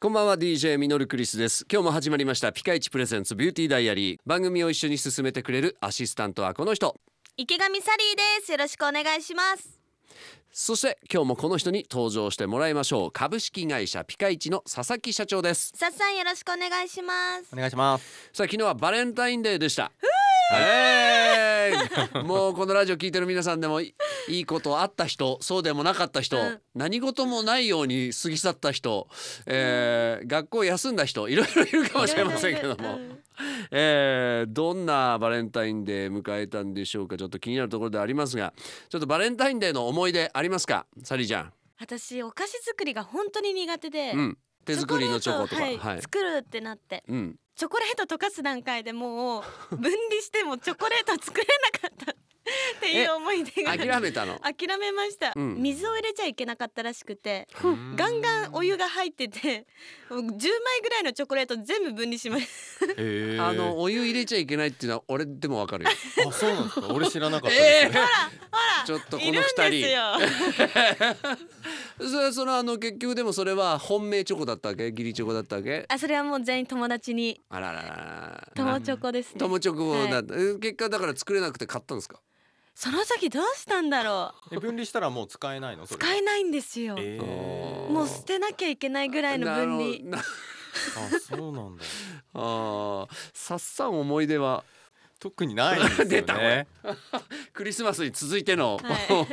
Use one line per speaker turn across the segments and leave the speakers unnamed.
こんばんは DJ ミノルクリスです今日も始まりましたピカイチプレゼンツビューティーダイアリー番組を一緒に進めてくれるアシスタントはこの人
池上サリーですよろしくお願いします
そして今日もこの人に登場してもらいましょう株式会社ピカイチの佐々木社長です
さっさんよろしくお願いします
お願いします。
さあ昨日はバレンタインデーでしたえーいもうこのラジオ聞いてる皆さんでもいいいことあった人そうでもなかった人、
うん
何事もないように過ぎ去った人、えー学校休んだ人いろいろいるかもしれませんけども、
うん
えーどんなバレンタインデー迎えたんでしょうかちょっと気になるところではありますがちょっとバレンタインデーの思い出ありますかサリーちゃん。
私お菓子作りが本当に苦手で、
うん、手作りのチョコとか。
レートをはい作るってなって
うん、
チョコレート溶かす段階でもう分離してもチョコレート作れなかったっていう思い出が
諦めた の。
諦めました、
うん
水を入れちゃいけなかったらしくて
うん
ガンガンお湯が入っててもう10枚ぐらいのチョコレート全部分離しました
へー
あのお湯入れちゃいけないっていうのは俺でもわかる よ。
あ、そうなんですか。俺知らなかっ たです。
え
ほら
ちょっとこの
いるん
二人
ですよ
ーそれそのあの結局でもそれは本命チョコだったわけ義理チョコだったわけ
あそれはもう全員友達に
あらららら
友チョコですね
友チョコだ
は
った、えー結果だから作れなくて買ったんですか
その時どうしたんだろう
え分離したらもう使えないの。それ
使えないんですよ、
えー
もう捨てなきゃいけないぐらいの
なる
分
ほど
離
な
あ、そうなんだ。
あーさっさん思い出は
特にないんです よね。
出たこれクリスマスに続いての、
は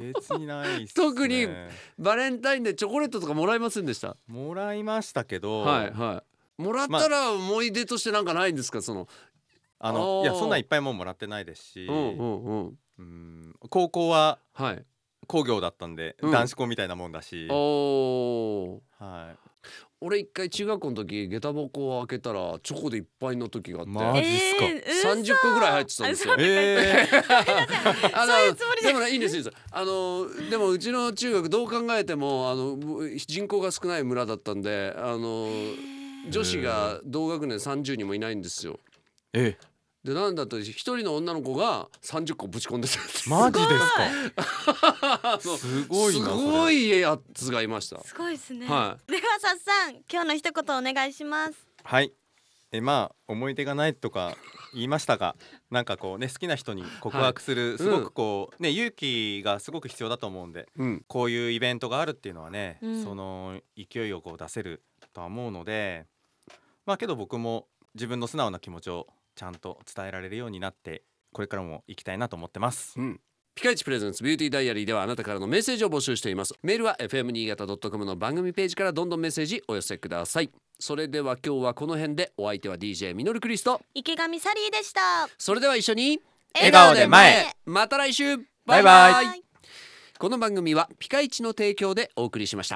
別にないっすね。
特に バレンタインでチョコレートとかもらえませんでした
もらいましたけど、
はいはいもらったら思い出としてなんかないんですかその、
あのいや
おー
そんないっぱいもうもらってないですし、
うんうんうん
うん高校は
はい
工業だったんで、
うん
男子校みたいなもんだし、
おお
は
俺一回中学校の時下駄箱を開けたらチョコでいっぱいの時があって、
ま
い
マジっすか
えー、
30個ぐらい入ってたんですよ
い。え ー、
あの
そういうつもりじゃ
でもねいいんですいいんですあのでもうちの中学どう考えてもあのぶ人口が少ない村だったんであの女子が同学年30人もいないんですよ
え
でなんだと一人の女の子が30個ぶち込んでたんです
マジですか。
あの
すごいな。
す
それ
ごいやつがいました
すごいですね、
は
ではさっさん今日の一言お願いします
はい。えまあ思い出がないとか言いましたが、なんかこうね好きな人に告白する、
い
すごくこう、ね勇気がすごく必要だと思うんで、
うん
こういうイベントがあるっていうのはね、
うん
その勢いをこう出せるとは思うので、まあけど僕も自分の素直な気持ちをちゃんと伝えられるようになって、これからも行きたいなと思ってます。
うんピカイチプレゼンツビューティーダイアリーではあなたからのメッセージを募集していますメールは fm 新潟 .com の番組ページからどんどんメッセージお寄せくださいそれでは今日はこの辺でお相手は DJ ミノルクリスト
池上サリーでした
それでは一緒に
笑顔で前
また来週
バイバイ
この番組はピカイチの提供でお送りしました